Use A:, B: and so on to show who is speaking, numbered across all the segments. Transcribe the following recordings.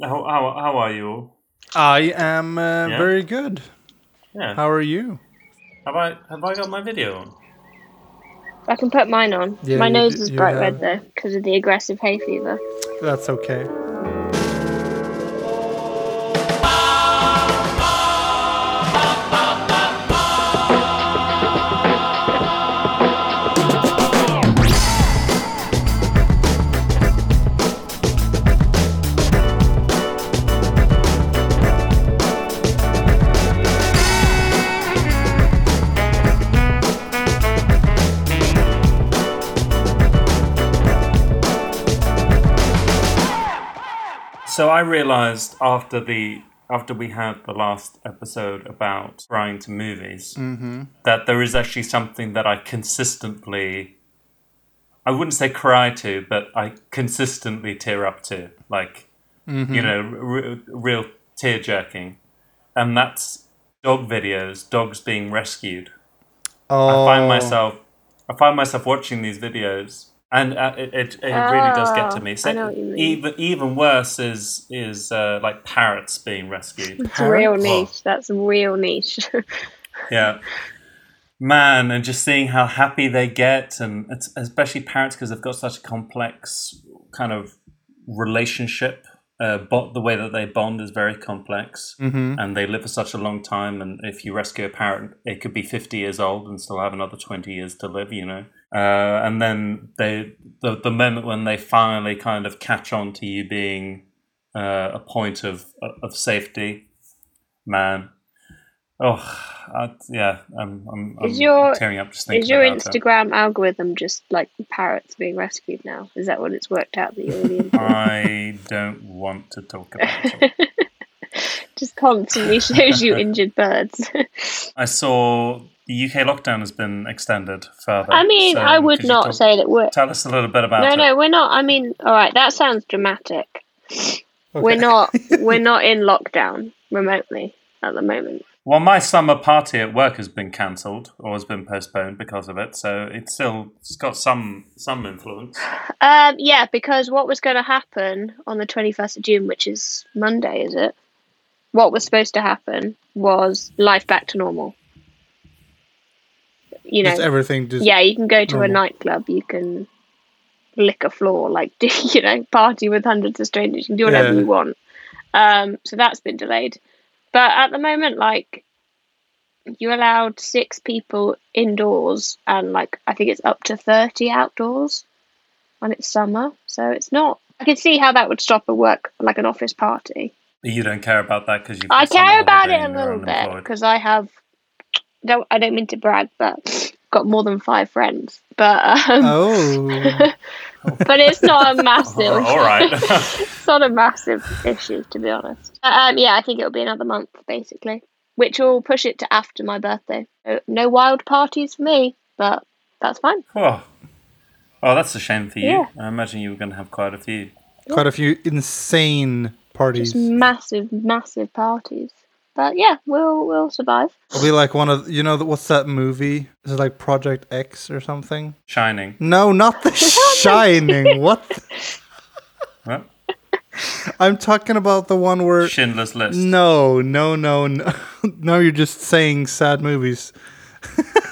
A: How, how, how are you?
B: I am uh,
A: Yeah.
B: very good.
A: Yeah.
B: How are you?
A: Have I have I got my video on?
C: I can put mine on.
B: Yeah,
C: My
B: you
C: nose
B: d-
C: is
B: you
C: bright
B: have-
C: red though because of the aggressive hay fever.
B: That's okay.
A: So I realized after the after we had the last episode about crying to movies that there is actually something that I consistently I wouldn't say cry to, but I consistently tear up to, like you know, r- real tear jerking, and that's dog videos, dogs being rescued.
B: Oh,
A: I find myself I find myself watching these videos, and uh, it it, it really does get to
C: Oh,
A: me.
C: I know what you mean.
A: even even worse is is uh, like parrots being rescued.
C: It's real
B: Parrots?
C: niche. That's real niche.
A: yeah. Man, and just seeing how happy they get, and it's, especially parrots because they've got such a complex kind of relationship. Uh, but the way that they bond is very complex,
B: Mm-hmm.
C: Hmm.
A: and they live for such a long time. And if you rescue a parrot, it could be fifty years old and still have another twenty years to live. You know, uh, and then they the the moment when they finally kind of catch on to you being uh, a point of of safety, man. Oh, I, yeah, I'm, I'm, I'm
C: Is your-
A: tearing up just thinking
C: is your
A: about that.
C: Instagram algorithm just like parrots being rescued now? Is that what it's worked out that you're really into?
A: I don't want to talk about it.
C: just constantly shows you injured birds.
A: I saw the UK lockdown has been extended further.
C: I mean,
A: so
C: I would
A: could you
C: not
A: talk-
C: say that we're.
A: Tell us a little bit about
C: No,
A: it.
C: no, we're not. I mean, all right, that sounds dramatic.
B: okay.
C: We're not. We're not in lockdown remotely at the moment.
A: Well, my summer party at work has been cancelled or has been postponed because of it, so it's still it's got some some influence.
C: Um, yeah, because what was going to happen on the 21st of June, which is Monday, is it? What was supposed to happen was life back to normal. You know,
B: Just everything. Just,
C: yeah, you can go to a
B: normal.
C: nightclub, you can lick a floor, like, do, you know, party with hundreds of strangers, you can do whatever
B: Yeah.
C: you want. Um, so that's been delayed. But at the moment, like, you're allowed six people indoors and, like, I think it's up to 30 outdoors and it's summer. So it's not. I can see how that would stop a work, like an office party.
A: But you don't care about that because you.
C: I care about it a little bit because I have. Don't I don't mean to brag, but got more than five friends. But um,
B: Oh,
C: but it's not a massive.
A: all right.
C: it's not a massive issue to be honest. But, Um, yeah, I think it'll be another month basically, which will push it to after my birthday. So no wild parties for me, but that's fine.
A: oh. oh, that's a shame for you.
C: Yeah.
A: I imagine you were going to have quite a few.
B: quite a few insane parties.
C: Just massive, massive parties. But yeah, we'll we'll survive.
B: It'll be like one of you know what's that movie? Is it like Project X or something?
A: Shining.
B: No, not The Shining. What?
A: What?
B: I'm talking about the one where.
A: Schindler's List.
B: No, no, no, no. Now you're just saying sad movies.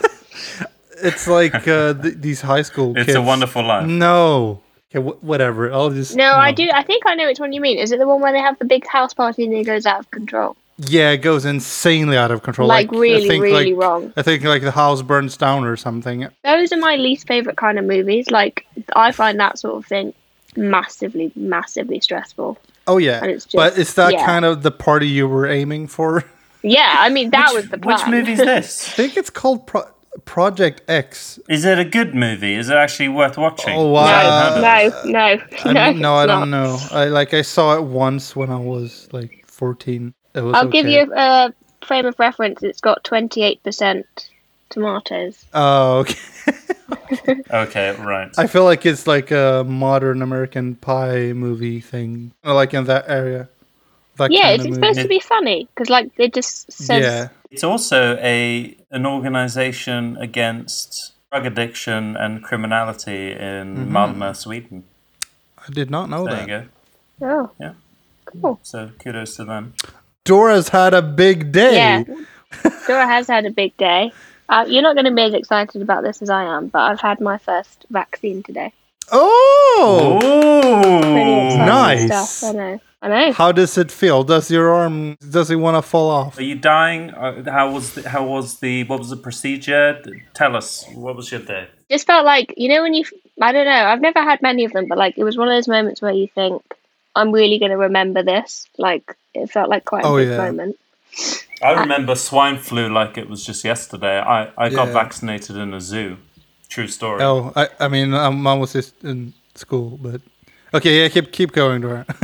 B: it's like uh, th- these high school
A: It's
B: kids.
A: a Wonderful Life.
B: No. Okay, wh- whatever. I'll just.
C: No, I do. I think I know which one you mean. Is it the one where they have the big house party and it goes out of control?
B: Yeah, it goes insanely out of control.
C: Like,
B: I
C: really,
B: think,
C: really
B: like-
C: wrong.
B: I think like the house burns down or something.
C: Those are my least favorite kind of movies. Like I find that sort of thing massively, massively stressful.
B: Oh yeah,
C: And it's just-
B: but is that
C: yeah.
B: kind of the party you were aiming for? I
C: Yeah, I mean that was the plan.
A: Which movie is this?
B: think it's called Pro- Project X.
A: is it a good movie? Is it actually worth watching?
B: Oh,
C: No,
B: wow.
A: I haven't heard of
C: no, no,
B: I
C: no.
B: mean, no, I
C: it's
B: don't
C: not.
B: know. I like I saw it once when I was like fourteen. It was
C: I'll give
B: okay.
C: you a frame of reference. It's got twenty-eight percent tomatoes.
B: Oh, okay.
A: this. Okay, right.
B: I feel like it's like a modern American Pie movie thing, like in that area. That
C: Yeah,
B: kind
C: it's
B: of
C: it's
B: movie.
C: supposed to be funny because like it just says
B: Yeah,
A: It's also a an organization against drug addiction and criminality in Malmö, Sweden.
B: I did not know
A: There
B: Mm-hmm. that.
A: you go.
C: Oh.
A: Yeah.
C: cool.
A: So kudos to them.
B: Dora's had a big day.
C: Yeah. Dora has had a big day. Uh, you're not going to be as excited about this as I am, but I've had my first vaccine today.
B: Oh!
C: Really exciting
A: Oh,
B: nice.
C: stuff. I know. I know.
B: How does it feel? Does your arm does it want to fall off?
A: Are you dying? Uh, How was the, how was the what was the procedure? Tell us what was your day.
C: Just felt like you know when you. I don't know. I've never had many of them, but like it was one of those moments where you think, "I'm really going to remember this." Like it felt like quite a
B: Oh,
C: big
B: yeah.
C: moment.
A: I remember swine flu like it was just yesterday. I, I got
B: Yeah.
A: vaccinated in a zoo. True story.
B: Oh, I, I mean, I'm almost just in school, but okay, yeah, keep keep going, Dora.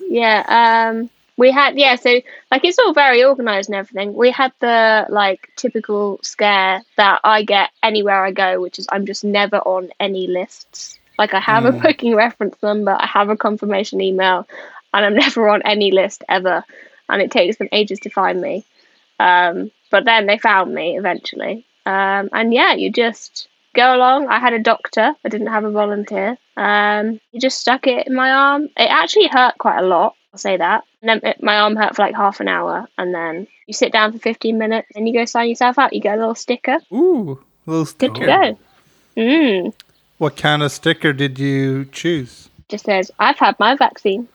C: Yeah, um we had yeah, so like it's all very organized and everything. We had the like typical scare that I get anywhere I go, which is I'm just never on any lists. Like I have
B: Mm.
C: a booking reference number, I have a confirmation email, and I'm never on any list ever. And it takes them ages to find me. Um, but then they found me eventually. Um, and yeah, you just go along. I had a doctor, I didn't have a volunteer. Um, he just stuck it in my arm. It actually hurt quite a lot, I'll say that. And then it, my arm hurt for like half an hour. And then you sit down for 15 minutes and you go sign yourself out. You get a little sticker.
B: Ooh, little
C: Good to
B: sticker.
C: go. Mm,
B: What kind of sticker did you choose?
C: just says, I've had my vaccine. Uh,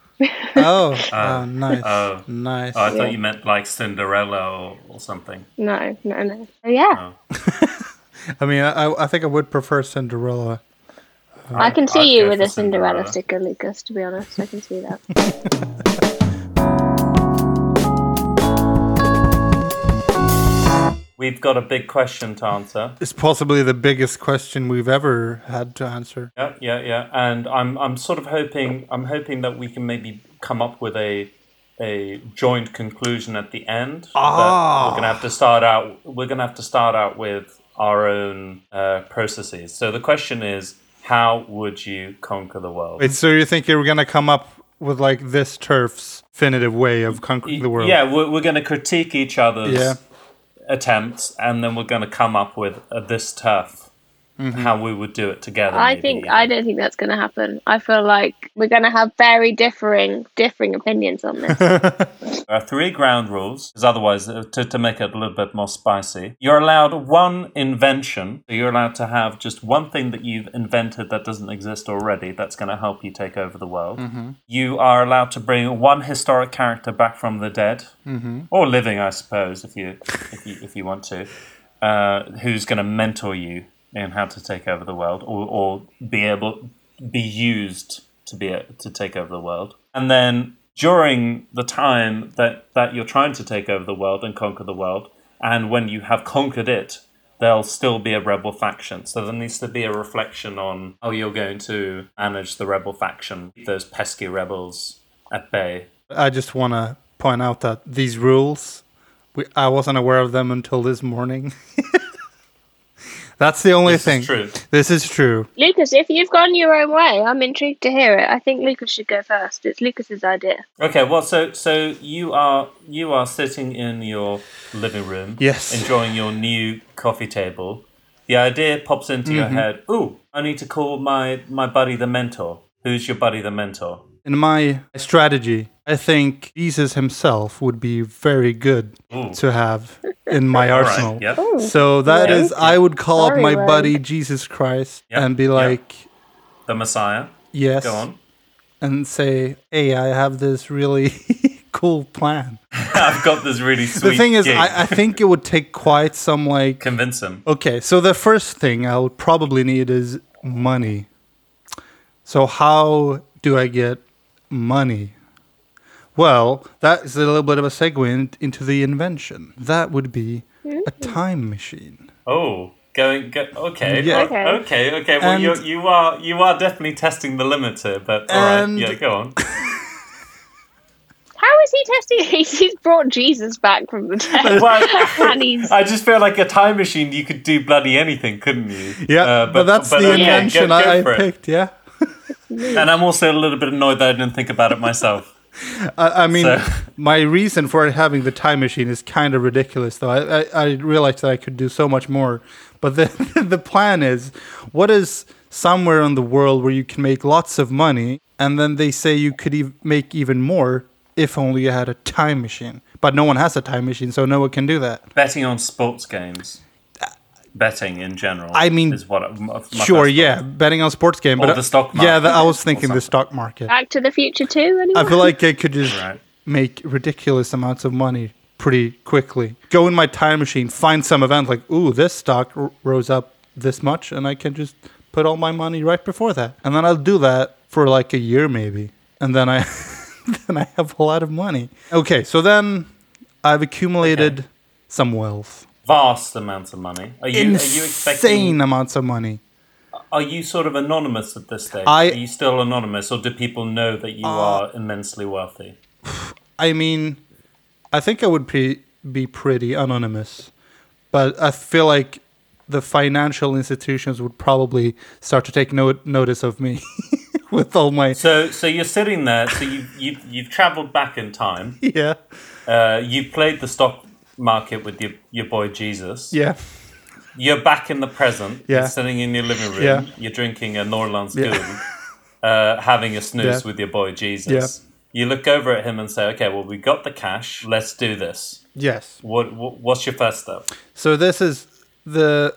B: Oh, oh, nice,
A: oh.
B: nice.
A: Oh, I thought you meant like Cinderella or, or something.
C: No, no, no. So yeah,
B: I mean, I, I think I would prefer Cinderella.
C: I can see
A: I'd
C: you
A: go
C: with
A: for
C: a Cinderella,
A: Cinderella.
C: sticker, Lucas, to be honest. I can see that.
A: We've got a big question to answer.
B: It's possibly the biggest question we've ever had to answer.
A: Yeah, yeah, yeah. And I'm I'm sort of hoping I'm hoping that we can maybe come up with a a joint conclusion at the end. But
B: Ah.
A: we're gonna have to start out we're gonna have to start out with our own uh, processes. So the question is how would you conquer the world?
B: Wait, so you think you were gonna come up with like this turf's definitive way of conquering the world?
A: Yeah, we're, we're going to critique each other's
B: Yeah.
A: attempts, and then we're going to come up with uh, this turf,
B: Mm-hmm.
A: how we would do it together.
C: I
A: maybe.
C: think I don't think that's going to happen. I feel like we're going to have very differing differing opinions on this.
A: There are uh, three ground rules, because otherwise, uh, to, to make it a little bit more spicy, you're allowed one invention. So You're allowed to have just one thing that you've invented that doesn't exist already that's going to help you take over the world. You are allowed to bring one historic character back from the dead, or living, I suppose, if you if you, if you want to, uh, who's going to mentor you in how to take over the world, or, or be able be used to be a, to take over the world, and then during the time that that you're trying to take over the world and conquer the world, and when you have conquered it. There'll still be a rebel faction, so there needs to be a reflection on how you're going to manage the rebel faction, keep those pesky rebels at bay,
B: I just want to point out that these rules, we, I wasn't aware of them until this morning. That's the only
A: This is
B: thing.
A: true.
B: This is true.
C: Lucas, if you've gone your own way, I'm intrigued to hear it. I think Lucas should go first. It's Lucas's idea.
A: Okay, well, so so you are you are sitting in your living room,
B: Yes.
A: enjoying your new coffee table. The idea pops into
B: Mm-hmm.
A: your head. Ooh, I need to call my my buddy the mentor. Who's your buddy the mentor?
B: In my strategy, I think Jesus himself would be very good
A: Ooh.
B: to have in my
A: All right,
B: arsenal.
A: yep.
B: So that
C: Yeah.
B: is, I would call
C: Sorry,
B: up my
C: Ray.
B: buddy Jesus Christ
A: Yeah,
B: and be
A: yeah.
B: like,
A: The Messiah.
B: yes,
A: Go on.
B: and say, hey, I have this really cool plan.
A: I've got this really sweet.
B: the thing is,
A: gig.
B: I, I think it would take quite some like
A: convince him.
B: Okay, so the first thing I'll probably need is money. So how do I get money? Well, that is a little bit of a segue in, into the invention. That would be a time machine.
A: Oh, going. Go, okay.
B: Yeah.
A: Okay. Okay. okay. Well,
B: And-
A: you you are you are definitely testing the limit here, but all right.
B: And-
A: Yeah. Go on.
C: How is he testing? He's, he's brought Jesus back from the dead,
A: Well,
C: and he's
A: I just feel like a time machine. You could do bloody anything, couldn't you?
B: Yeah,
A: Uh,
B: but, that's the
A: okay, go-
B: invention
A: go
B: I, I
A: for it.
B: picked. Yeah,
A: And I'm also a little bit annoyed that I didn't think about it myself.
B: I, I mean,
A: So-
B: my reason for having the time machine is kind of ridiculous, though. I, I, I realized that I could do so much more. But the the plan is, what is somewhere in the world where you can make lots of money, and then they say you could ev- make even more if only you had a time machine. But no one has a time machine, so no one can do that.
A: Betting on sports games, betting in general.
B: I mean,
A: is what my first thought.
B: sure, yeah, betting on sports game,
A: Or
B: but
A: the stock
B: yeah, that, I
A: market
B: was
A: or
B: thinking the
A: something.
B: stock market.
C: Back to the Future too. Anyone?
B: I feel like I could just
A: Right.
B: make ridiculous amounts of money pretty quickly. Go in my time machine, find some event like, ooh, this stock r- rose up this much, and I can just put all my money right before that. And then I'll do that for like a year maybe. And then I then I have a lot of money. Okay, so then I've accumulated some wealth.
A: Vast amounts of money. Are you, are you expecting?
B: Insane amounts of money.
A: Are you sort of anonymous at this stage?
B: I- Uh,
A: are you still anonymous, or do people know that you are immensely wealthy?
B: I mean, I think I would pre- be pretty anonymous, but I feel like the financial institutions would probably start to take no- notice of me with all my
A: So, so you're sitting there. So you you you've travelled back in time.
B: yeah
A: Uh, you played the stock market with your your boy Jesus.
B: yeah
A: You're back in the present.
B: Yeah.
A: You're sitting in your living room.
B: Yeah.
A: You're drinking a Norlands
B: Yeah.
A: uh, having a snooze
B: Yeah.
A: with your boy Jesus. You look over at him and say, "Okay, well, we got the cash. Let's do this."
B: yes.
A: What, what What's your first step?
B: So this is the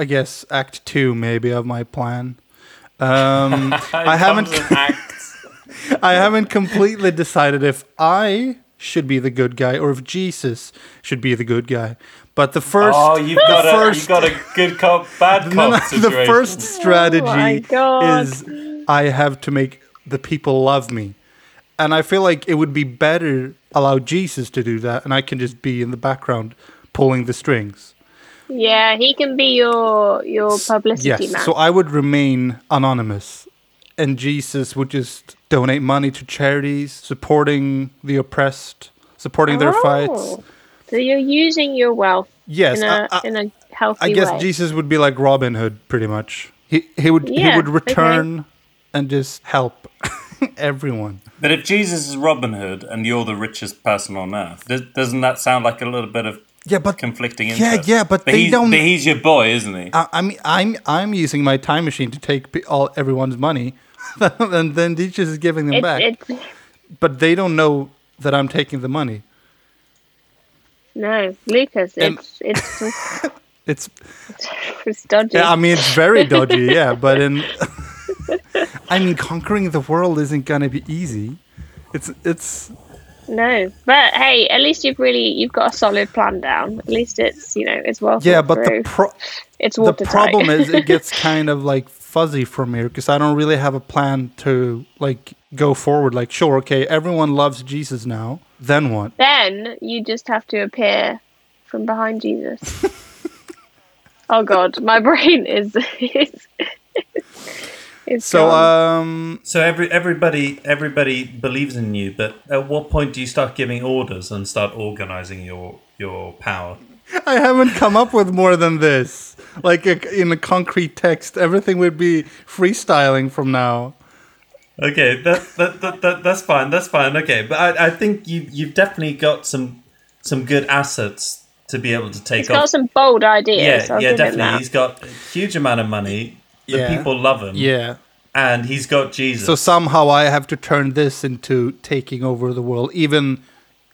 B: I guess act two maybe of my plan. Um, I
A: It
B: haven't
A: comes in acts.
B: I haven't completely decided if I should be the good guy or if Jesus should be the good guy. But the first
A: oh, you've
B: the
A: got a
B: first-
A: you've got a good cop, bad cop
B: No, no,
A: situation.
B: the first
C: Oh my
B: strategy
C: God.
B: is I have to make the people love me. And I feel like it would be better allow Jesus to do that and I can just be in the background pulling the strings.
C: yeah, he can be your your publicity
B: Yes.
C: man.
B: So I would remain anonymous and Jesus would just donate money to charities, supporting the oppressed, supporting their fights.
C: Oh. So you're using your wealth
B: Yes.
C: in a
B: I- I-
C: in a
B: I
C: healthy
B: guess
C: way.
B: Jesus would be like Robin Hood, pretty much. He he would he
C: Yeah,
B: would
C: okay.
B: return and just help everyone.
A: But if Jesus is Robin Hood and you're the richest person on earth, does- doesn't that sound like a little bit of
B: Yeah, but
A: conflicting
B: Yeah,
A: interest?
B: yeah, but they
A: he's,
B: don't-
A: But he's your boy, isn't he?
B: I, I mean, I'm I'm using my time machine to take pe- all everyone's money, and then Jesus is giving them
C: It-
B: back.
C: it-
B: but they don't know that I'm taking the money.
C: no, Lucas,
B: And-
C: it's it's, it's,
B: It's
C: dodgy.
B: yeah, I mean, it's very dodgy, yeah. But in, I mean, conquering the world isn't gonna be easy. It's it's
C: No, but hey, at least you've really you've got a solid plan down. At least it's you know it's well
B: yeah,
C: thought
B: but the
C: through.
B: pro.
C: it's
B: the
C: watertight.
B: problem is it gets kind of like fuzzy from here because I don't really have a plan to like go forward. Like, sure, okay, everyone loves Jesus now. Then what?
C: then you just have to appear from behind Jesus. oh God, my brain is is. is
B: So,
C: gone.
B: um,
A: So every everybody everybody believes in you, but at what point do you start giving orders and start organizing your your power?
B: I haven't come up with more than this. Like a, in a concrete text, everything would be freestyling from now.
A: Okay, that, that, that, that that's fine. That's fine. Okay, but I, I think you you've definitely got some some good assets to be able to take
C: he's
A: off.
C: got some bold ideas.
A: yeah,
C: I'll
A: yeah,
C: give him
A: definitely.
C: that.
A: He's got a huge amount of money. The
B: Yeah.
A: people love him.
B: Yeah.
A: and he's got Jesus.
B: So somehow I have to turn this into taking over the world. Even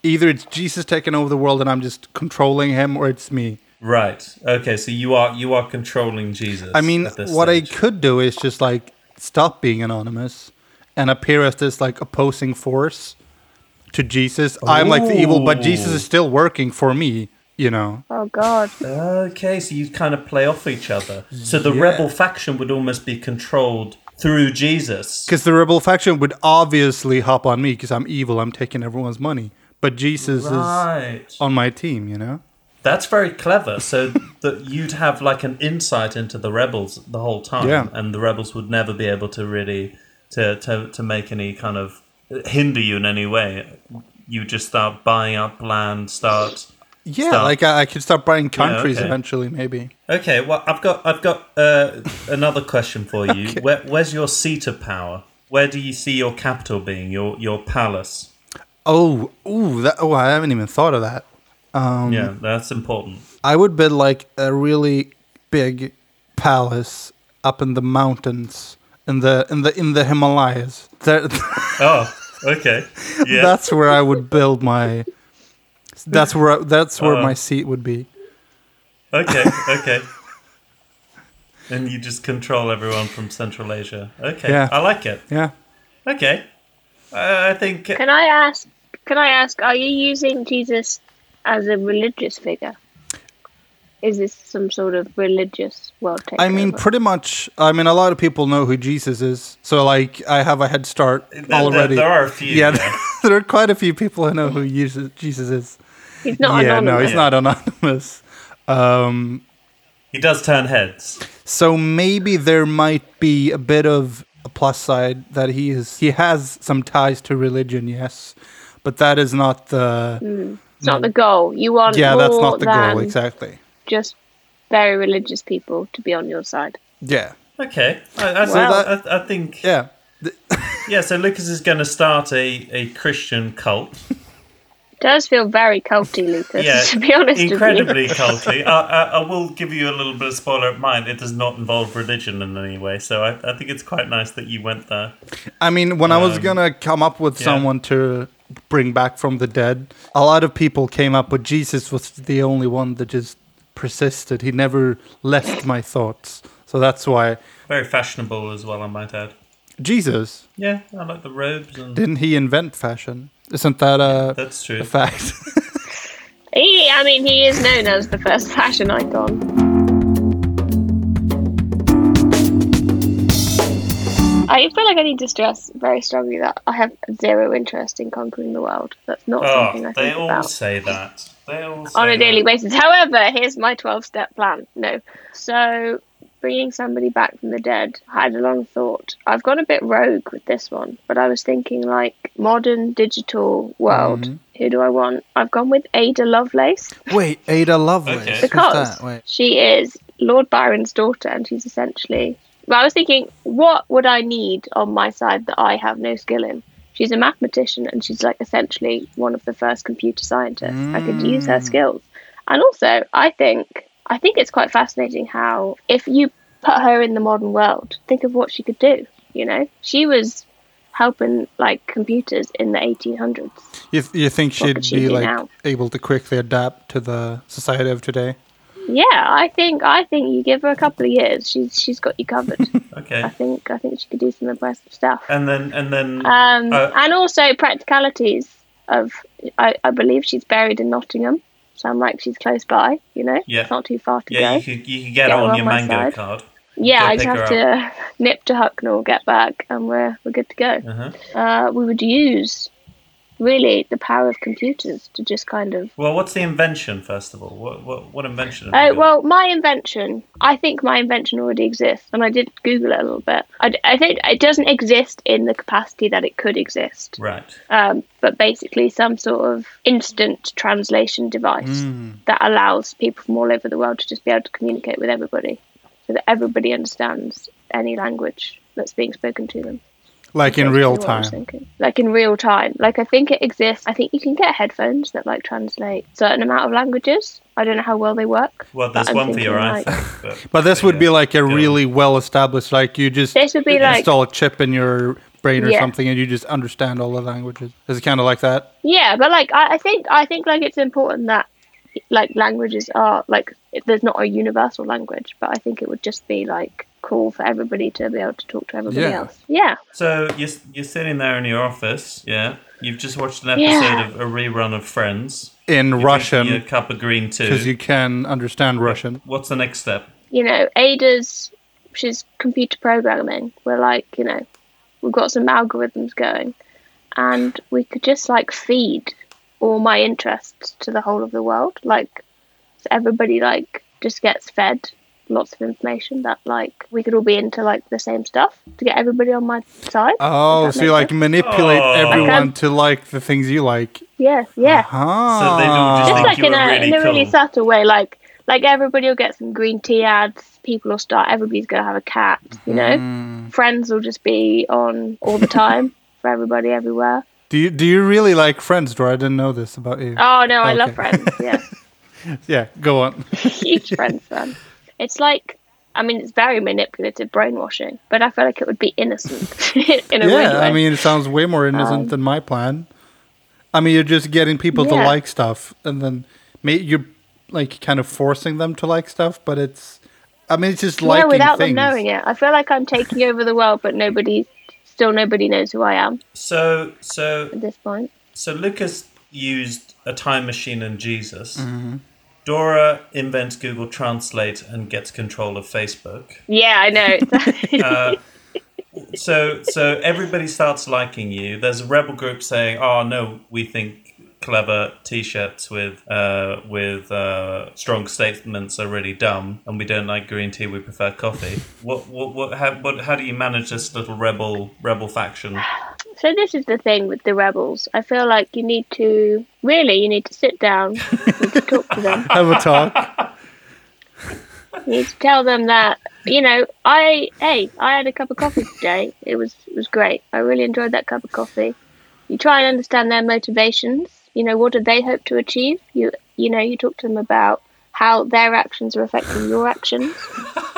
B: either it's Jesus taking over the world and I'm just controlling him, or it's me.
A: right. Okay. So you are you are controlling Jesus.
B: I mean,
A: at this
B: what I
A: stage.
B: could do is just like stop being anonymous and appear as this like opposing force to Jesus. I'm like the evil, but Jesus
A: Ooh.
B: is still working for me, you know?
C: Oh God,
A: Okay, so you kind of play off each other. So the
B: Yeah.
A: rebel faction would almost be controlled through Jesus.
B: Because the rebel faction would obviously hop on me because I'm evil, I'm taking everyone's money. But Jesus
A: Right.
B: is on my team, you know?
A: That's very clever. So that you'd have like an insight into the rebels the whole time,
B: Yeah.
A: and the rebels would never be able to really to, to to make any kind of hinder you in any way. You just start buying up land, start
B: Yeah,
A: Stop.
B: like I, I could start buying countries
A: okay.
B: eventually, maybe.
A: Okay, well, I've got I've got uh, another question for you. Where, where's your seat of power? Where do you see your capital being? Your your palace?
B: Oh, ooh, that, oh, I haven't even thought of that. Um,
A: yeah, that's important.
B: I would build like a really big palace up in the mountains in the in the in the Himalayas. There,
A: Oh, Okay. Yeah.
B: That's where I would build my. That's where I, that's where
A: Uh.
B: my seat would be.
A: Okay. Okay. and you just control everyone from Central Asia. Okay.
B: Yeah.
A: I like it.
B: Yeah.
A: Okay. Uh, I I think
C: Can I ask? Can I ask? Are you using Jesus as a religious figure? Is this some sort of religious world takeover?
B: I mean, pretty much. I mean, a lot of people know who Jesus is, so like, I have a head start
A: there,
B: already.
A: There, there are a few.
B: yeah,
A: yeah.
B: there are quite a few people who know who Jesus Jesus is.
C: he's not
B: yeah, no,
C: anonymous.
B: he's not anonymous. Um,
A: He does turn heads.
B: so maybe there might be a bit of a plus side that he is he has some ties to religion, yes, but that is not the
C: It's not the goal. You want
B: yeah,
C: more
B: that's not the
C: than
B: goal exactly.
C: just very religious people to be on your side.
B: Yeah,
A: Okay. I, I,
B: Wow.
A: I, I, I think. Yeah.
B: yeah,
A: So Lucas is going to start a, a Christian cult.
C: It does feel very culty, Lucas.
A: Yeah.
C: to be honest with you,
A: incredibly culty. I, I, I will give you a little bit of spoiler at mine. It does not involve religion in any way. So I, I think it's quite nice that you went there.
B: I mean, when I was
A: Um,
B: gonna come up with
A: yeah.
B: someone to bring back from the dead, a lot of people came up, but Jesus was the only one that just persisted. He never left my thoughts, so that's why
A: Very fashionable as well, I might add.
B: Jesus.
A: Yeah, I like the robes and
B: Didn't he invent fashion? Isn't that a,
A: that's true.
B: a fact?
C: he, I mean, he is known as the first fashion icon. I feel like I need to stress very strongly that I have zero interest in conquering the world. That's not something
A: Oh,
C: I
A: they
C: think
A: all
C: about.
A: say that. They all say
C: on a daily
A: that.
C: basis. However, here's my 12 step plan. No. So, bringing somebody back from the dead, I had a long thought. I've gone a bit rogue with this one, but I was thinking like modern digital world.
A: Mm-hmm.
C: Who do I want? I've gone with Ada Lovelace
B: Wait, Ada Lovelace.
A: Okay.
B: Who's
C: because
B: that? Wait.
C: she is Lord Byron's daughter and she's essentially. Well, I was thinking, what would I need on my side that I have no skill in? She's a mathematician and she's like essentially one of the first computer scientists. I could use her skills. And also, I think I think it's quite fascinating how if you put her in the modern world, think of what she could do, you know? She was helping like computers in the 1800s.
B: You, th- you think she'd
C: could she
B: be
C: do
B: like
C: now?
B: able to quickly adapt to the society of today?
C: Yeah, I think I think you give her a couple of years, she's she's got you covered. I
A: Okay.
C: think I think she could do some impressive stuff.
A: And then and then
C: Um,
A: uh,
C: and also practicalities of I, I believe she's buried in Nottingham, so I'm like she's close by. You know,
A: Yeah.
C: it's not too far to
A: yeah,
C: go.
A: you could you could get
C: Get
A: it
C: her
A: on
C: on
A: your
C: my
A: mango
C: side.
A: card.
C: yeah,
A: go
C: I
A: pick
C: just
A: her
C: have
A: up.
C: to nip to Hucknall, get back, and we're we're good to go.
A: Uh-huh.
C: Uh, we would use really the power of computers to just kind of
A: Well, what's the invention first of all? What what, what invention? have you
C: Oh,
A: got?
C: well, my invention. I think my invention already exists, and I did Google it a little bit. I, d- I think it doesn't exist in the capacity that it could exist,
A: Right.
C: um, but basically, some sort of instant translation device
B: Hmm.
C: that allows people from all over the world to just be able to communicate with everybody so that everybody understands any language that's being spoken to them.
B: Like in
C: That's
B: real
C: what I was
B: time.
C: thinking. Like in real time. Like I think it exists. I think you can get headphones that like translate certain amount of languages. I don't know how well they work.
A: Well,
C: but
A: there's
C: I'm
A: one for your
C: thinking, like-
A: iPhone. But,
B: But this would be
A: yeah.
B: like a
A: Yeah.
B: really well established, like you just
C: This would be like-
B: install a chip in your brain or
C: Yeah.
B: something and you just understand all the languages. Is it kind of like that?
C: Yeah, but like I, I think I think like it's important that like languages are like if there's not a universal language, but I think it would just be like cool for everybody to be able to talk to everybody
B: Yeah.
C: else. Yeah.
A: So you're you're sitting there in your office. Yeah. You've just watched an episode
C: Yeah.
A: of a rerun of Friends.
B: In
A: You're drinking
B: Russian,
A: A cup of green too.
B: because you can understand Russian.
A: What's the next step?
C: You know, Ada's she's computer programming. We're like, you know, we've got some algorithms going and we could just like feed all my interests to the whole of the world. Like so everybody like just gets fed lots of information that like we could all be into like the same stuff to get everybody on my side.
B: Oh,
C: If that
B: so you
C: makes
B: like
C: sense.
B: manipulate
A: Oh.
B: everyone to like the things you like.
C: Yeah, yeah.
A: So they don't
B: Ah.
A: just
C: Just
A: think
C: like
A: you
C: in
A: were
C: a
A: really
C: in a really
A: cool.
C: subtle way, like like everybody will get some green tea ads, people will start everybody's gonna have a cat, you know?
B: Mm.
C: Friends will just be on all the time for everybody everywhere.
B: Do you do you really like Friends, Dora? I didn't know this about you.
C: Oh no, I love
B: Okay.
C: friends, yeah.
B: Yeah, go on.
C: huge Friends fan. It's like I mean, it's very manipulative brainwashing, but I feel like it would be innocent in a weird
B: yeah, I
C: way.
B: mean, it sounds way more innocent than my plan. I mean, you're just getting people to
C: um, Yeah.
B: like stuff, and then ma- you're like kind of forcing them to like stuff. But it's, I mean, it's just liking
C: yeah, without
B: things.
C: them knowing it. I feel like I'm taking over the world, but nobody, still nobody knows who I am
A: So, so,
C: at this point.
A: so Lucas used a time machine and Jesus.
B: Mm-hmm.
A: Dora invents Google Translate and gets control of Facebook.
C: Yeah, I know. It's-
A: so so everybody starts liking you. There's a rebel group saying, "Oh no, we think clever t-shirts with uh, with uh, strong statements are really dumb, and we don't like green tea. We prefer coffee." what what what how, what how do you manage this little rebel rebel faction?
C: so this is the thing with the rebels. I feel like you need to really, you need to sit down, you need to talk to them.
B: Have a talk.
C: You need to tell them that you know I hey I had a cup of coffee today. It was it was great. I really enjoyed that cup of coffee. You try and understand their motivations. You know what do they hope to achieve? You you know you talk to them about how their actions are affecting your actions.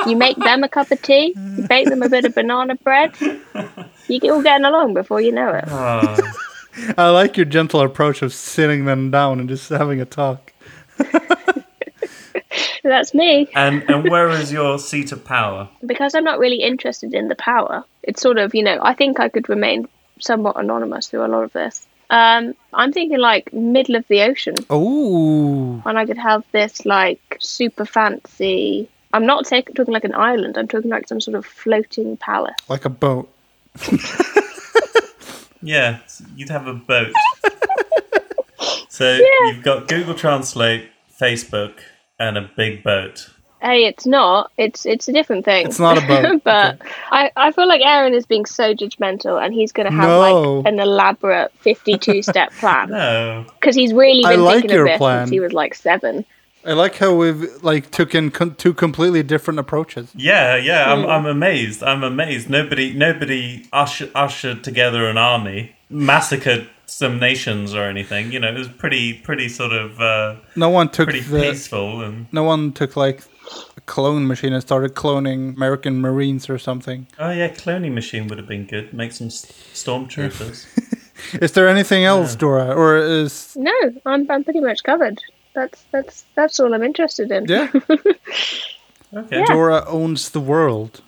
C: You make them a cup of tea. You bake them a bit of banana bread. You're all getting along before you know it.
A: Ah,
B: I like your gentle approach of sitting them down and just having a talk.
C: That's me.
A: and and where is your seat of power?
C: because I'm not really interested in the power, it's sort of, you know, I think I could remain somewhat anonymous through a lot of this. Um, I'm thinking like middle of the ocean,
B: Oh,
C: and I could have this like super fancy. I'm not take, talking like an island, I'm talking like some sort of floating palace.
B: like a boat.
A: Yeah, you'd have a boat. so you've got Google Translate, Facebook, and a big boat.
C: Hey, it's not. It's it's a different thing.
B: It's not a boat.
C: but I, I feel like Aaron is being so judgmental, and he's going to have
B: No.
C: like an elaborate 52 step plan
A: No.
C: because he's really
B: I
C: been
B: like
C: thinking
B: your
C: of this
B: plan.
C: since he was like seven.
B: I like how we've like took in con- two completely different approaches.
A: Yeah, yeah, I'm, I'm amazed. I'm amazed. Nobody, nobody usher, ushered together an army, massacred some nations or anything. You know, it was pretty, pretty sort of uh,
B: No one took
A: pretty
B: the
A: peaceful. And
B: no one took like a clone machine and started cloning American Marines or something.
A: oh yeah, cloning machine would have been good. Make some s- stormtroopers.
B: Is there anything else, Dora, or is
C: No, I'm I'm pretty much covered. That's that's that's all I'm interested in.
B: yeah?
A: Okay.
B: Dora owns the world,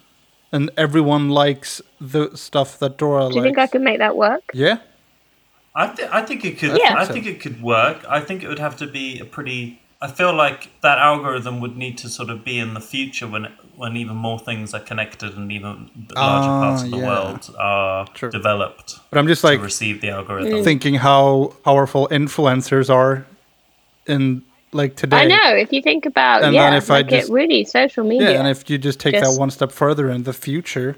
B: and everyone likes the stuff that Dora
C: Do
B: likes.
C: you think I can make that work?
B: Yeah,
A: I, th- I think it could.
C: Yeah.
A: I think it could work. I think it would have to be a pretty. I feel like that algorithm would need to sort of be in the future when when even more things are connected and even larger
B: Ah,
A: parts of the
B: yeah.
A: world are
B: True.
A: developed
B: but I'm just
A: to
B: like
A: receive the
C: Mm.
A: algorithm.
B: thinking how powerful influencers are in like today.
C: I know. If you think about
B: And
C: yeah,
B: then if I
C: like
B: just-
C: it really social
B: Yeah,
C: media.
B: and if you just take
C: Just-
B: that one step further, in the future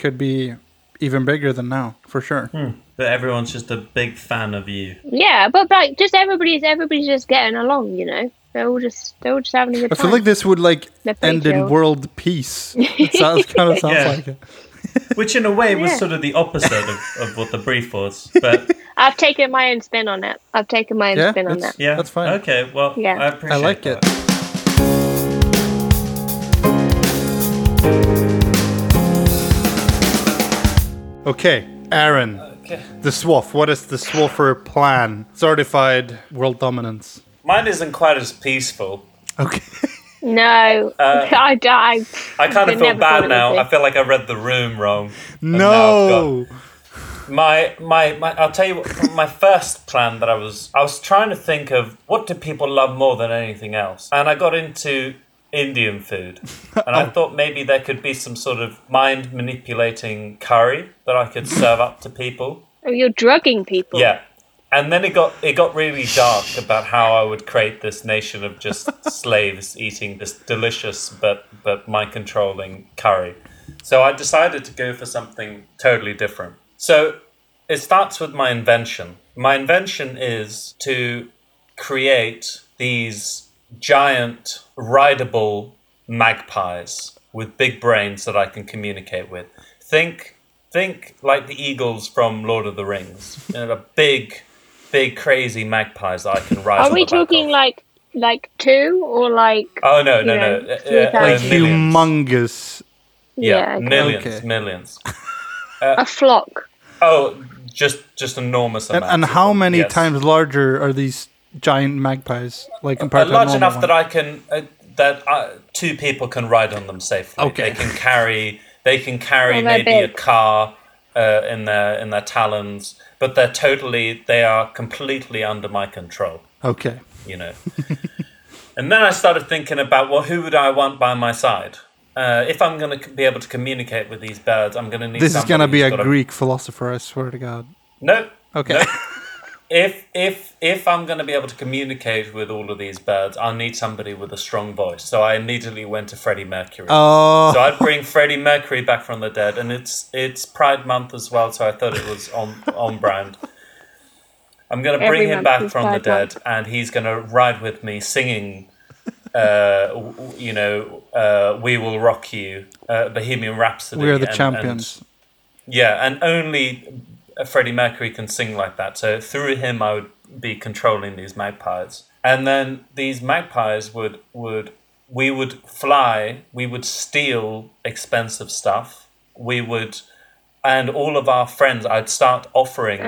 B: could be even bigger than now for sure.
A: But everyone's just a big fan of you.
C: yeah, but like just everybody's everybody's just getting along. You know, they're all just they're all just having a good
B: I
C: time.
B: feel like this would like
C: They're pretty
B: end in
C: chill.
B: world peace. It sounds kind of sounds
A: Yeah.
B: like it.
A: Which, in a way, was
C: Yeah.
A: sort of the opposite of, of what the brief was. But
C: I've taken my own spin on it. I've taken my own
B: Yeah,
C: spin on
B: it's-
C: that.
A: yeah,
B: That's fine.
A: Okay, well,
C: Yeah.
A: I
C: I
A: appreciate.
B: like
A: that.
B: it. Okay, Aaron.
A: Okay.
B: The SWOF. What is the SWOFer plan? Certified world dominance.
A: Mine isn't quite as peaceful.
B: Okay.
C: No,
A: Uh,
C: I die.
A: I kind
C: They
A: of feel
C: never thought
A: bad
C: it
A: now.
C: would be.
A: I feel like I read the room wrong. and now I've got-
B: no.
A: my my my I'll tell you what, my first plan that I was I was trying to think of what do people love more than anything else and I got into Indian food and I thought maybe there could be some sort of mind manipulating curry that I could serve up to people
C: Oh, you're drugging people.
A: yeah and then it got it got really dark about how I would create this nation of just slaves eating this delicious but but mind controlling curry so I decided to go for something totally different. So it starts with my invention. My invention is to create these giant rideable magpies with big brains that I can communicate with. Think think like the eagles from Lord of the Rings. You know, the big big crazy magpies that I can ride
C: Are
A: on
C: we
A: the back
C: talking
A: of.
C: like like two or like
A: Oh no,
C: You
A: no,
C: know,
A: no! Uh,
C: three
A: uh,
B: Like
C: thousand.
A: millions.
B: humongous.
A: Yeah,
C: okay.
A: millions,
B: Okay.
A: millions. Uh,
C: a flock.
A: Oh, just just enormous
B: And,
A: amounts.
B: and
A: of
B: how
A: them,
B: many
A: yes.
B: times larger are these giant magpies? Like
A: Uh,
B: compared to a
A: large
B: normal
A: enough
B: one?
A: that I can uh, that uh, two people can ride on them safely.
B: Okay.
A: They can carry they can carry
C: Well, they're
A: maybe a
C: big.
A: car uh, in their in their talons, but they're totally they are completely under my control.
B: Okay.
A: You know. and then I started thinking about well, who would I want by my side? Uh, if I'm going to be able to communicate with these birds, I'm going to need.
B: This is
A: going
B: gonna
A: to
B: be a Greek philosopher, I swear to God.
A: No.
B: Okay.
A: No. If if if I'm going to be able to communicate with all of these birds, I'll need somebody with a strong voice. So I immediately went to Freddie Mercury.
B: Oh,
A: So I'd bring Freddie Mercury back from the dead, and it's it's Pride Month as well, so I thought it was on on brand. I'm going to bring
C: Every
A: him
C: month
A: back
C: is
A: from the
C: Pride
A: dead, and he's going to ride with me singing. Uh, w- w- you know, uh, we will rock you, uh, Bohemian Rhapsody.
B: we are
A: and-
B: the
A: and-
B: champions.
A: yeah, and only Freddie Mercury can sing like that. So through him, I would be controlling these magpies, and then these magpies would would we would fly, we would steal expensive stuff, we would, and all of our friends, I'd start offering.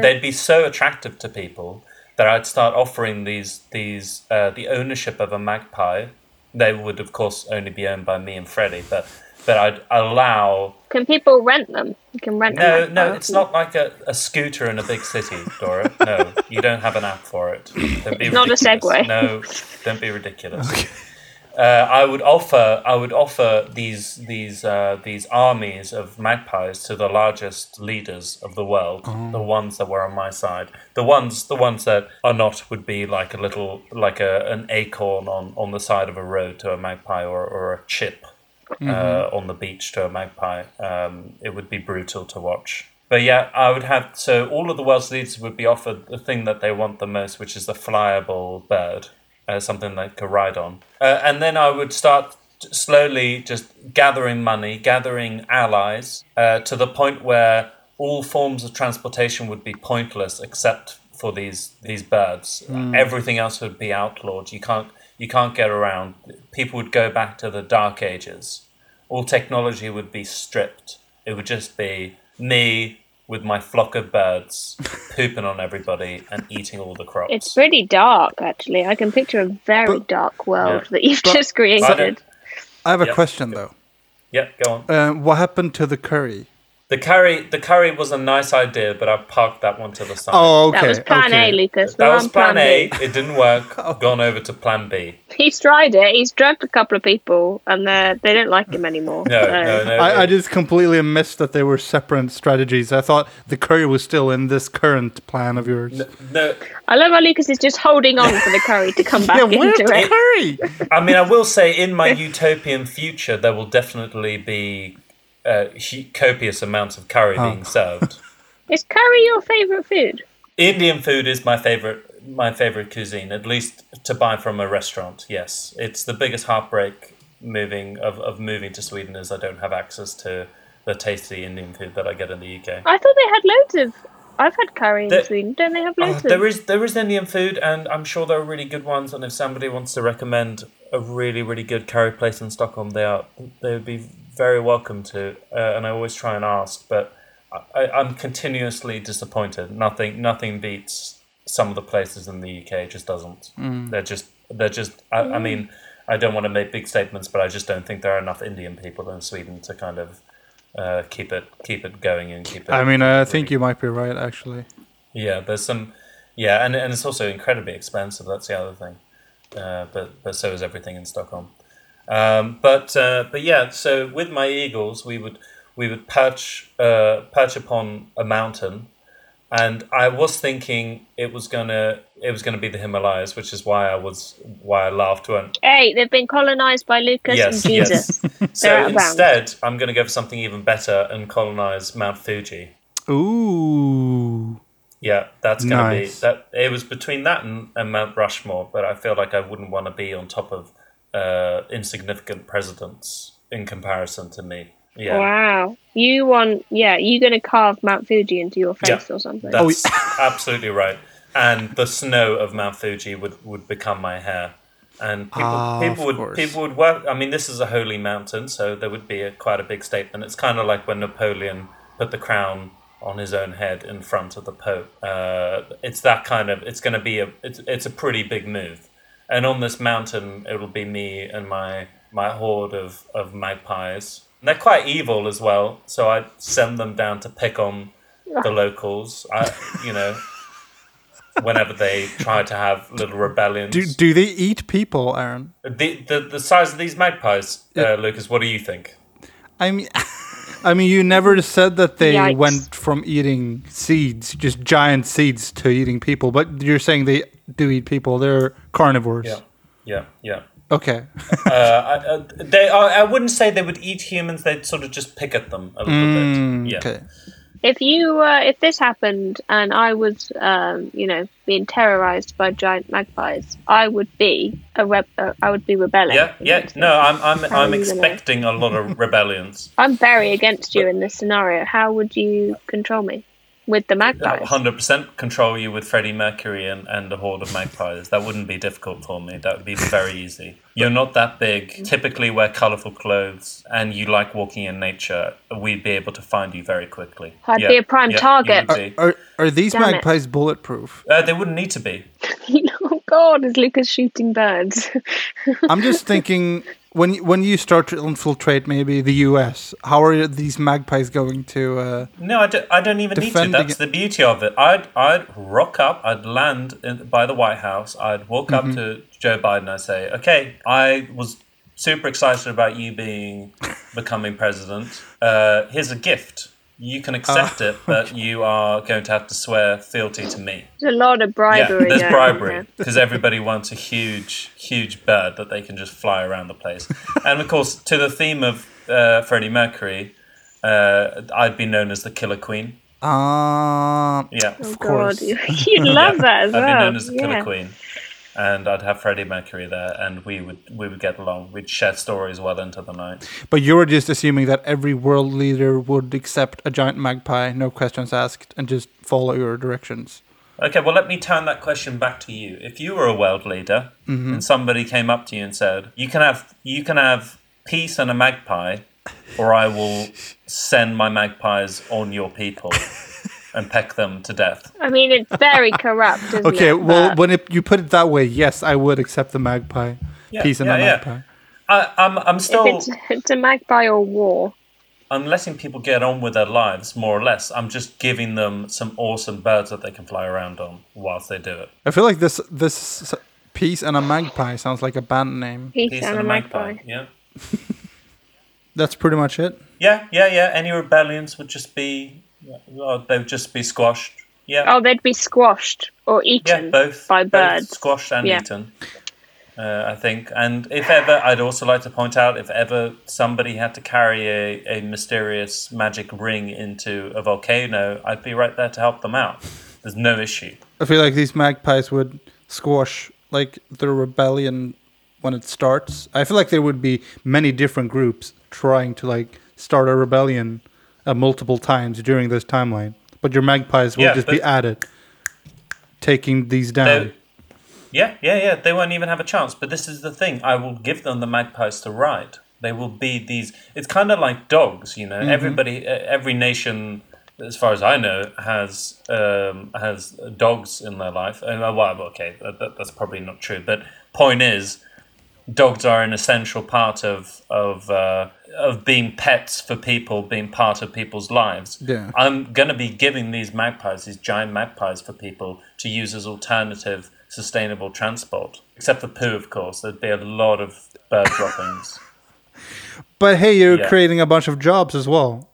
A: They'd be so attractive to people that I'd start offering these these uh, the ownership of a magpie. They would, of course, only be owned by me and Freddie, but but I'd allow
C: Can people rent them? You can rent
A: no,
C: them.
A: no, it's not like a, a scooter in a big city, Dora. No, you don't have an app for it. Don't be
C: It's not a
A: ridiculous.
C: Segway.
A: No, don't be ridiculous. Uh, I would offer, I would offer these these uh, these armies of magpies to the largest leaders of the world, the ones that were on my side. The ones, the ones that are not, would be like a little, like a an acorn on on the side of a road to a magpie, or or a chip uh, on the beach to a magpie. Um, it would be brutal to watch. But yeah, I would have so all of the world's leaders would be offered the thing that they want the most, which is the flyable bird, uh, something they could ride on. Uh, and then I would start slowly just gathering money, gathering allies, uh, to the point where all forms of transportation would be pointless except for these these birds.
B: Hmm.
A: Everything else would be outlawed. You can't you can't get around. People would go back to the dark ages. All technology would be stripped. It would just be me with my flock of birds pooping on everybody and eating all the crops.
C: It's pretty dark, actually. I can picture a very
B: But-
C: dark world
A: Yeah.
C: that you've
B: But-
C: just
A: I don't-
C: created.
B: I have a
A: Yeah.
B: question though.
A: yeah, go on.
B: Uh, what happened to the curry?
A: The curry the curry was a nice idea, but I parked that one to the side.
B: Oh, okay.
C: That was plan
B: okay.
C: A, Lucas.
A: That
C: We're
A: was
C: on
A: plan A.
C: B.
A: It didn't work.
B: Oh.
A: Gone over to plan B.
C: He's tried it. He's drugged a couple of people, and they they don't like him anymore.
A: No,
C: so-
A: no, no.
B: I, I just completely missed that they were separate strategies. I thought the curry was still in this current plan of yours.
A: no.
C: I love how Lucas is just holding on for the curry to come back
B: yeah, where's
C: into
B: the
C: it.
B: curry?
A: I mean, I will say, in my utopian future, there will definitely be uh, hu- copious amounts of curry being served.
C: Is curry your favourite food?
A: Indian food is my favorite, my favorite cuisine, at least to buy from a restaurant. Yes, it's the biggest heartbreak moving of, of moving to Sweden is I don't have access to the tasty Indian food that I get in the UK.
C: I thought they had loads of. I've had curry in
A: The-
C: Sweden. Don't they have
A: Oh,
C: loads
A: there
C: of?
A: is there is Indian food, and I'm sure there are really good ones. And if somebody wants to recommend a really really good curry place in Stockholm, they are they would be very welcome to. Uh, and I always try and ask, but I, I, I'm continuously disappointed. Nothing nothing beats some of the places in the UK. It just doesn't. They're just they're just. I, I mean, I don't want to make big statements, but I just don't think there are enough Indian people in Sweden to kind of. Uh, keep it, keep it going, and keep it.
B: I mean, I think you might be right, actually.
A: Yeah, there's some. Yeah, and, and it's also incredibly expensive. That's the other thing. Uh, but but so is everything in Stockholm. Um, but uh, but yeah, so with my eagles, we would we would perch uh, perch upon a mountain, and I was thinking it was gonna it was gonna be the Himalayas, which is why I was why I laughed when
C: Hey, they've been colonised by Lucas
A: Yes,
C: and Jesus.
A: yes.
C: They're
A: so
C: out of bounds.
A: instead I'm gonna go for something even better and colonize Mount Fuji.
B: Ooh.
A: Yeah, that's gonna be
B: Nice.
A: that. It was between that and, and Mount Rushmore, but I feel like I wouldn't want to be on top of uh, insignificant presidents in comparison to me. Yeah,
C: Wow. You want, yeah, you're going to carve Mount Fuji into your face
A: Yeah.
C: or something.
A: that's absolutely right. and the snow of Mount Fuji would, would become my hair. And people,
B: Ah,
A: people
B: of
A: would
B: course.
A: people would work. I mean, this is a holy mountain, so there would be a, quite a big statement. It's kind of like when Napoleon put the crown on his own head in front of the Pope. Uh, it's that kind of. It's going to be a. It's, it's a pretty big move. And on this mountain, it'll be me and my my horde of of magpies. And they're quite evil as well, so I send them down to pick on the locals. I, you know, whenever they try to have little rebellions.
B: Do do they eat people, Aaron?
A: The, the the size of these magpies, uh, Lucas. What do you think?
B: I mean, I mean, you never said that they
C: Yikes.
B: went from eating seeds, just giant seeds, to eating people. But you're saying they do eat people. They're carnivores.
A: Yeah, yeah, yeah.
B: Okay.
A: Uh, I, uh, they are. I wouldn't say they would eat humans. They'd sort of just pick at them a little bit. Yeah.
B: Mm, Okay.
C: If you uh, if this happened and I was um, you know being terrorized by giant magpies, I would be a reb- uh, I would be rebelling.
A: Yeah, yeah. No, I'm I'm
C: How are
A: I'm
C: you gonna-
A: expecting a lot of rebellions.
C: I'm very against you in this scenario. How would you control me with the magpies?
A: Hundred percent control you with Freddie Mercury and, and a horde of magpies. That wouldn't be difficult for me. That would be very easy. You're not that big.
C: Mm.
A: Typically, wear colourful clothes, and you like walking in nature. We'd be able to find you very quickly.
C: I'd be a prime
A: you
C: target.
A: would be.
B: Are are these
C: Damn it.
B: magpies bulletproof?
A: Uh, they wouldn't need to be.
C: oh God, is Lucas shooting birds?
B: I'm just thinking when you- when you start to infiltrate maybe the U.S., how are these magpies going to? Uh,
A: No, I don't, I don't even need to.
B: Defend
A: That's
B: against-
A: the beauty of it. I'd, I'd rock up, I'd land in, by the White House, I'd walk up to Joe Biden, I'd say, okay, I was super excited about you being becoming president. Uh, here's a gift. You can accept it, but you are going to have to swear fealty to me.
C: there's a lot of
A: Yeah,
C: bribery.
A: there's
C: going on
A: bribery
C: here.
A: because everybody wants a huge, huge bird that they can just fly around the place. and of course, to the theme of uh, Freddie Mercury, uh, I'd be known as the Killer Queen.
B: uh, um,
A: Yeah,
C: Oh
B: Of course.
C: God, you'd love that as
A: I'd
C: well.
A: be known as the Killer
C: yeah.
A: Queen, and I'd have Freddie Mercury there, and we would we would get along. We'd share stories well into the night.
B: But you were just assuming that every world leader would accept a giant magpie, no questions asked, and just follow your directions.
A: Okay, well, let me turn that question back to you. If you were a world leader and somebody came up to you and said, "You can have you can have peace and a magpie, or I will send my magpies on your people and peck them to death,"
C: I mean, it's very corrupt, isn't it?
B: Okay, well,
C: But
B: when it, you put it that way, yes, I would accept the magpie.
A: Yeah,
B: Peace and
A: yeah,
B: the
A: yeah.
B: magpie.
A: I, I'm I'm
C: if
A: still
C: it's, it's a magpie or war.
A: I'm letting people get on with their lives more or less. I'm just giving them some awesome birds that they can fly around on whilst they do it.
B: I feel like this this peace and a magpie sounds like a band name.
C: Peace,
A: Peace
C: and, a magpie.
A: Yeah.
B: That's pretty much it.
A: Yeah, yeah, yeah. Any rebellions would just be, well, they would just be squashed. Yeah.
C: Oh, they'd be squashed or eaten
A: yeah, both.
C: by
A: both
C: birds.
A: squashed and
C: Yeah.
A: eaten, uh, I think. And if ever, I'd also like to point out if ever somebody had to carry a, a mysterious magic ring into a volcano, I'd be right there to help them out. There's no issue.
B: I feel like these magpies would squash like the rebellion when it starts. I feel like there would be many different groups trying to like start a rebellion uh, multiple times during this timeline. But your magpies will
A: Yeah,
B: just be
A: but-
B: at it, taking these
A: They-
B: down.
A: yeah, yeah, yeah. They won't even have a chance. But this is the thing. I will give them the magpies to ride. They will be these. It's kind of like dogs, you know. Everybody, e- every nation, as far as I know, has um, has dogs in their life. And uh, well, okay, that, that, that's probably not true. But point is, dogs are an essential part of of uh, of being pets for people, being part of people's lives.
B: Yeah.
A: I'm going to be giving these magpies, these giant magpies, for people to use as alternative sustainable transport. Except for poo, of course. There'd be a lot of bird droppings.
B: But hey, you're
A: Yeah.
B: creating a bunch of jobs as well.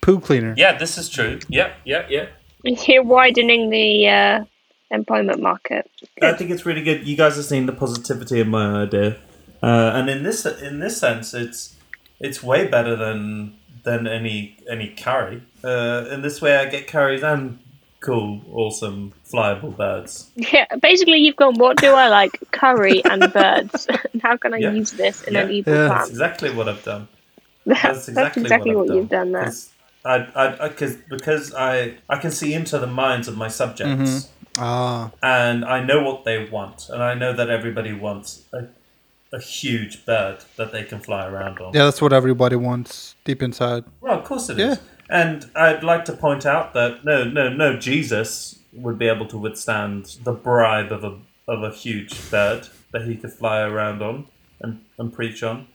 B: Poo cleaner.
A: Yeah, this is true. Yeah, yeah, yeah.
C: You're widening the uh, employment market.
A: I think it's really good. You guys have seen the positivity of my idea, uh, and in this in this sense, it's it's way better than than any any curry. Uh, in this way, I get curries and cool, awesome, flyable birds.
C: Yeah, basically, you've gone. What do I like? Curry and birds. And How can I
A: Yeah.
C: use this in an
A: Yeah.
C: evil
B: Yeah.
A: That's
C: plan?
A: exactly what I've done.
C: That's exactly, what,
A: I've
C: you've done there.
A: 'Cause I, I, I, cause, because I, I can see into the minds of my subjects.
B: Ah,
A: and I know what they want, and I know that everybody wants a, a huge bird that they can fly around on.
B: yeah, that's what everybody wants deep inside.
A: Well, of course it is.
B: Yeah.
A: And I'd like to point out that no, no, no, Jesus would be able to withstand the bribe of a of a huge bird that he could fly around on and, and preach on.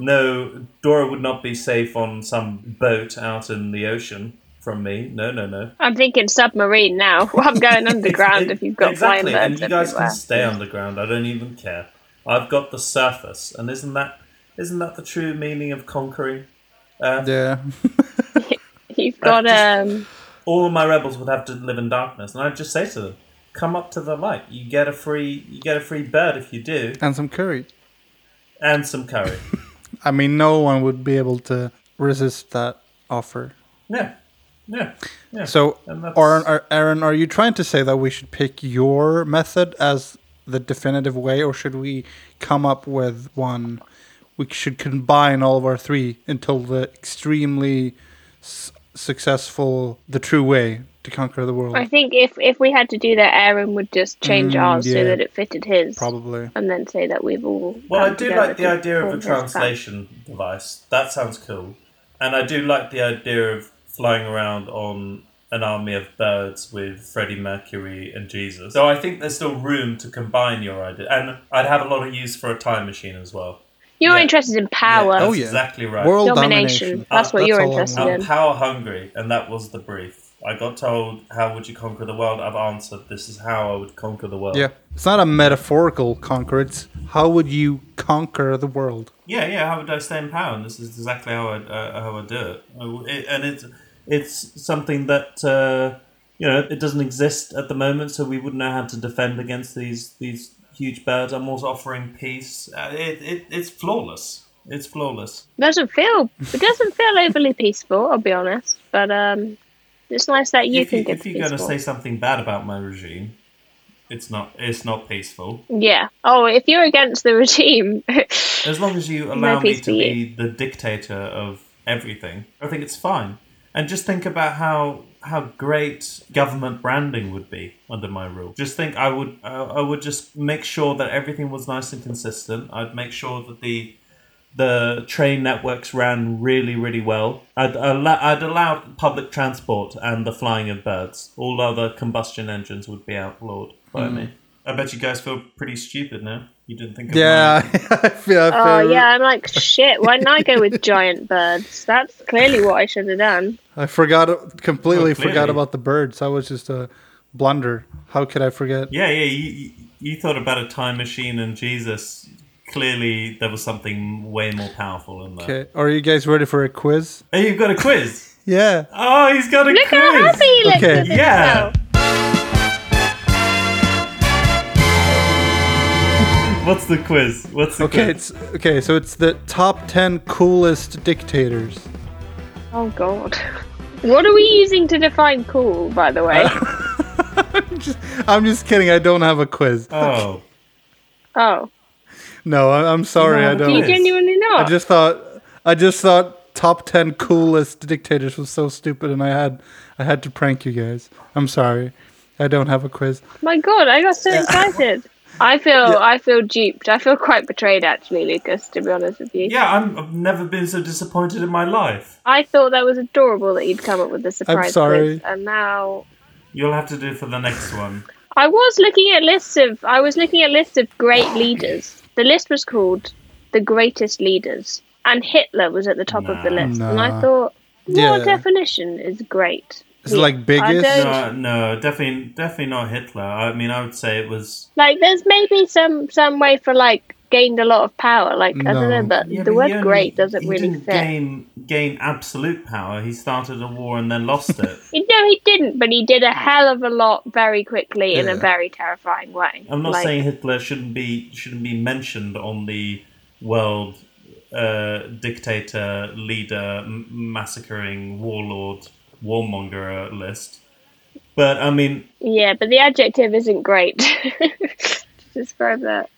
A: No, Dora would not be safe on some boat out in the ocean from me. No, no, no.
C: I'm thinking submarine now. Well, I'm going underground if you've got
A: exactly,
C: flying
A: and
C: birds
A: you guys
C: everywhere.
A: can stay underground. I don't even care. I've got the surface, and isn't that isn't that the true meaning of conquering? Uh,
B: Yeah,
C: You've got
A: Right,
C: um.
A: all of my rebels would have to live in darkness, and I'd just say to them, "Come up to the light. You get a free, you get a free bird if you do,
B: and some courage.
A: and some curry."
B: I mean, no one would be able to resist that offer.
A: yeah, yeah, yeah.
B: So,
A: And that's-
B: Aaron, are- Aaron, are you trying to say that we should pick your method as the definitive way, or should we come up with one? We should combine all of our three until the extremely s- successful, the true way to conquer the world.
C: I think if if we had to do that, Aaron would just change
B: Mm,
C: ours
B: yeah.
C: so that it fitted his,
B: Probably.
C: and then say that we've all.
A: well, I
C: come
A: do
C: together
A: like the
C: to
A: idea of
C: form
A: a
C: his plan.
A: translation device. That sounds cool, and I do like the idea of flying around on an army of birds with Freddie Mercury and Jesus. So I think there's still room to combine your idea, and I'd have a lot of use for a time machine as well.
C: You're
A: Yeah.
C: interested in power.
A: Yeah, that's
B: Oh, yeah.
A: exactly right.
B: World
C: Domination.
B: domination.
C: That's what you're
B: all I want.
C: interested
A: I'm
C: Yeah.
A: power hungry, and that was the brief. I got told, "How would you conquer the world?" I've answered, "This is how I would conquer the world."
B: Yeah, it's not a metaphorical conquer. It's how would you conquer the world?
A: yeah, yeah. How would I stay in power? And this is exactly how I uh, how I do it. I w- it. And it's it's something that uh, you know it doesn't exist at the moment, so we wouldn't know how to defend against these these huge birds. I'm also offering peace. Uh, it, it it's flawless. It's flawless.
C: Doesn't feel it doesn't feel overly peaceful. I'll be honest, but um, it's nice that you
A: if you,
C: think
A: if
C: it's
A: you're going to
C: peaceful.
A: say something bad about my regime, it's not it's not peaceful.
C: Yeah. Oh, if you're against the regime,
A: As long as you allow me
C: peace
A: to
C: be
A: be the dictator of everything, I think it's fine. And just think about how how great government branding would be under my rule. Just think, I would I I would just make sure that everything was nice and consistent. I'd make sure that the the train networks ran really, really well. I'd allow, I'd allow public transport and the flying of birds. All other combustion engines would be outlawed by me. I bet you guys feel pretty stupid now. You didn't think of mine.
B: Yeah, I feel. I
C: oh
B: feel-
C: yeah, I'm like shit. Why didn't I go with giant birds? That's clearly what I should have done.
B: I forgot completely.
A: Oh, clearly.
B: forgot about the birds. That was just a blunder. How could I forget?
A: Yeah, yeah. You, you you thought about a time machine and Jesus. Clearly, there was something way more powerful in there.
B: Okay, are you guys ready for a quiz?
A: Hey, you've got a quiz.
B: Yeah.
A: Oh, he's got a
C: Look
A: quiz.
C: how happy he looks
B: Okay.
C: with
A: Yeah.
C: himself.
A: What's the quiz? What's the
B: Okay,
A: quiz?
B: it's okay. So it's the top ten coolest dictators.
C: Oh god. What are we using to define cool, by the way?
A: Uh,
B: Just- I'm just kidding. I don't have a quiz.
A: Oh,
C: oh.
B: No, I, I'm sorry.
A: don't
B: I
A: have a
C: Do you
A: quiz?
B: don't.
C: genuinely
B: I
C: not?
B: just thought. I just thought top ten coolest dictators was so stupid, and I had I had to prank you guys. I'm sorry. I don't have a quiz.
C: My god, I got so excited. I feel I feel duped. I feel quite betrayed actually, Lucas, to be honest with you.
A: yeah. I'm, I've never been so disappointed in my life.
C: I thought that was adorable that you'd come up with a surprise
B: sorry.
C: quiz and now
A: You'll have to do for the next one.
C: I was looking at lists of I was looking at lists of great leaders. The list was called The Greatest Leaders. And Hitler was at the top of the
A: Nah.
C: list. And I
B: Nah.
C: thought,
B: Yeah.
C: what definition is great?
B: It's like biggest.
C: don't-
A: No, Uh, no, definitely, definitely not Hitler. I mean, I would say it was.
C: Like, there's maybe some some way for like gained a lot of power. Like, I don't
B: No.
C: know, but
A: Yeah,
C: the
A: but
C: word
A: he only-
C: "great" doesn't
A: he
C: really
A: didn't
C: fit.
A: gain gain absolute power. He started a war and then lost it.
C: He- No, he didn't, but he did a hell of a lot very quickly in a
B: Yeah.
C: very terrifying way.
A: I'm not
C: Like,
A: saying Hitler shouldn't be shouldn't be mentioned on the world uh, dictator, leader, m- massacring warlord, warmonger list, but I mean,
C: Yeah, but the adjective isn't great. to describe that.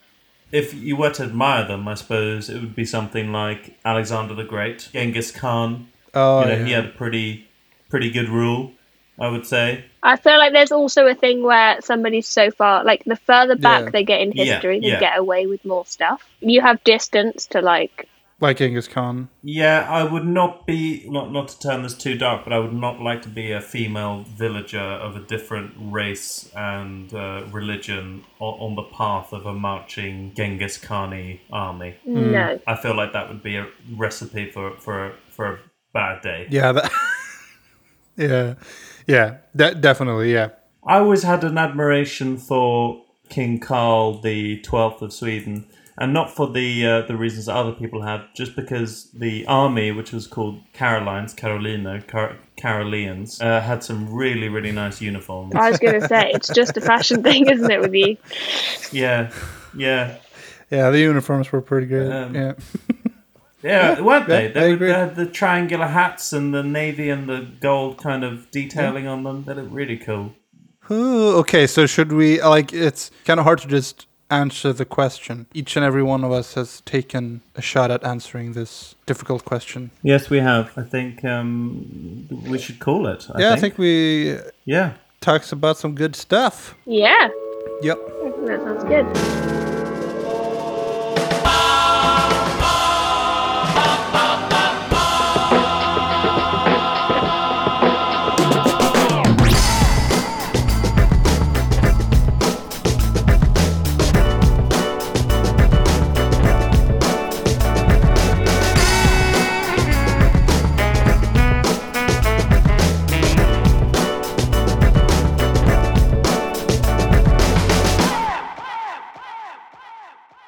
A: if you were to admire them, I suppose it would be something like Alexander the Great, Genghis Khan.
B: Oh,
A: You know,
B: yeah.
A: he had a pretty pretty good rule, I would say.
C: I feel like there's also a thing where somebody's so far, like the further back
B: Yeah.
C: they get in
A: Yeah,
C: history, they
A: yeah.
C: get away with more stuff. You have distance to like,
B: like Genghis Khan.
A: Yeah, I would not be not not to turn this too dark, but I would not like to be a female villager of a different race and uh, religion o- on the path of a marching Genghis Khani army.
C: no.
A: I feel like that would be a recipe for for for a bad day.
B: Yeah, that. yeah, yeah, that definitely. Yeah,
A: I always had an admiration for King Carl the Twelfth of Sweden, and not for the uh, the reasons that other people had, just because the army, which was called Carolines, Carolina, Car- Carolians, uh, had some really really nice uniforms.
C: I was going to say, it's just a fashion thing, isn't it, with you?
A: Yeah, yeah,
B: yeah. The uniforms were pretty good.
A: Um,
B: yeah,
A: yeah. weren't they?
B: yeah, I
A: they, were-
B: agree.
A: they had the triangular hats and the navy and the gold kind of detailing on them. They looked really cool.
B: Ooh, okay, so should we like it's kind of hard to just answer the question. Each and every one of us has taken a shot at answering this difficult question.
A: Yes, we have. I think um, we should call it. I
B: yeah,
A: think.
B: I think we
A: Yeah.
B: talked about some good stuff.
C: Yeah,
B: Yep.
C: that sounds good.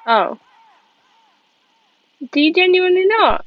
C: Oh. Do you genuinely not?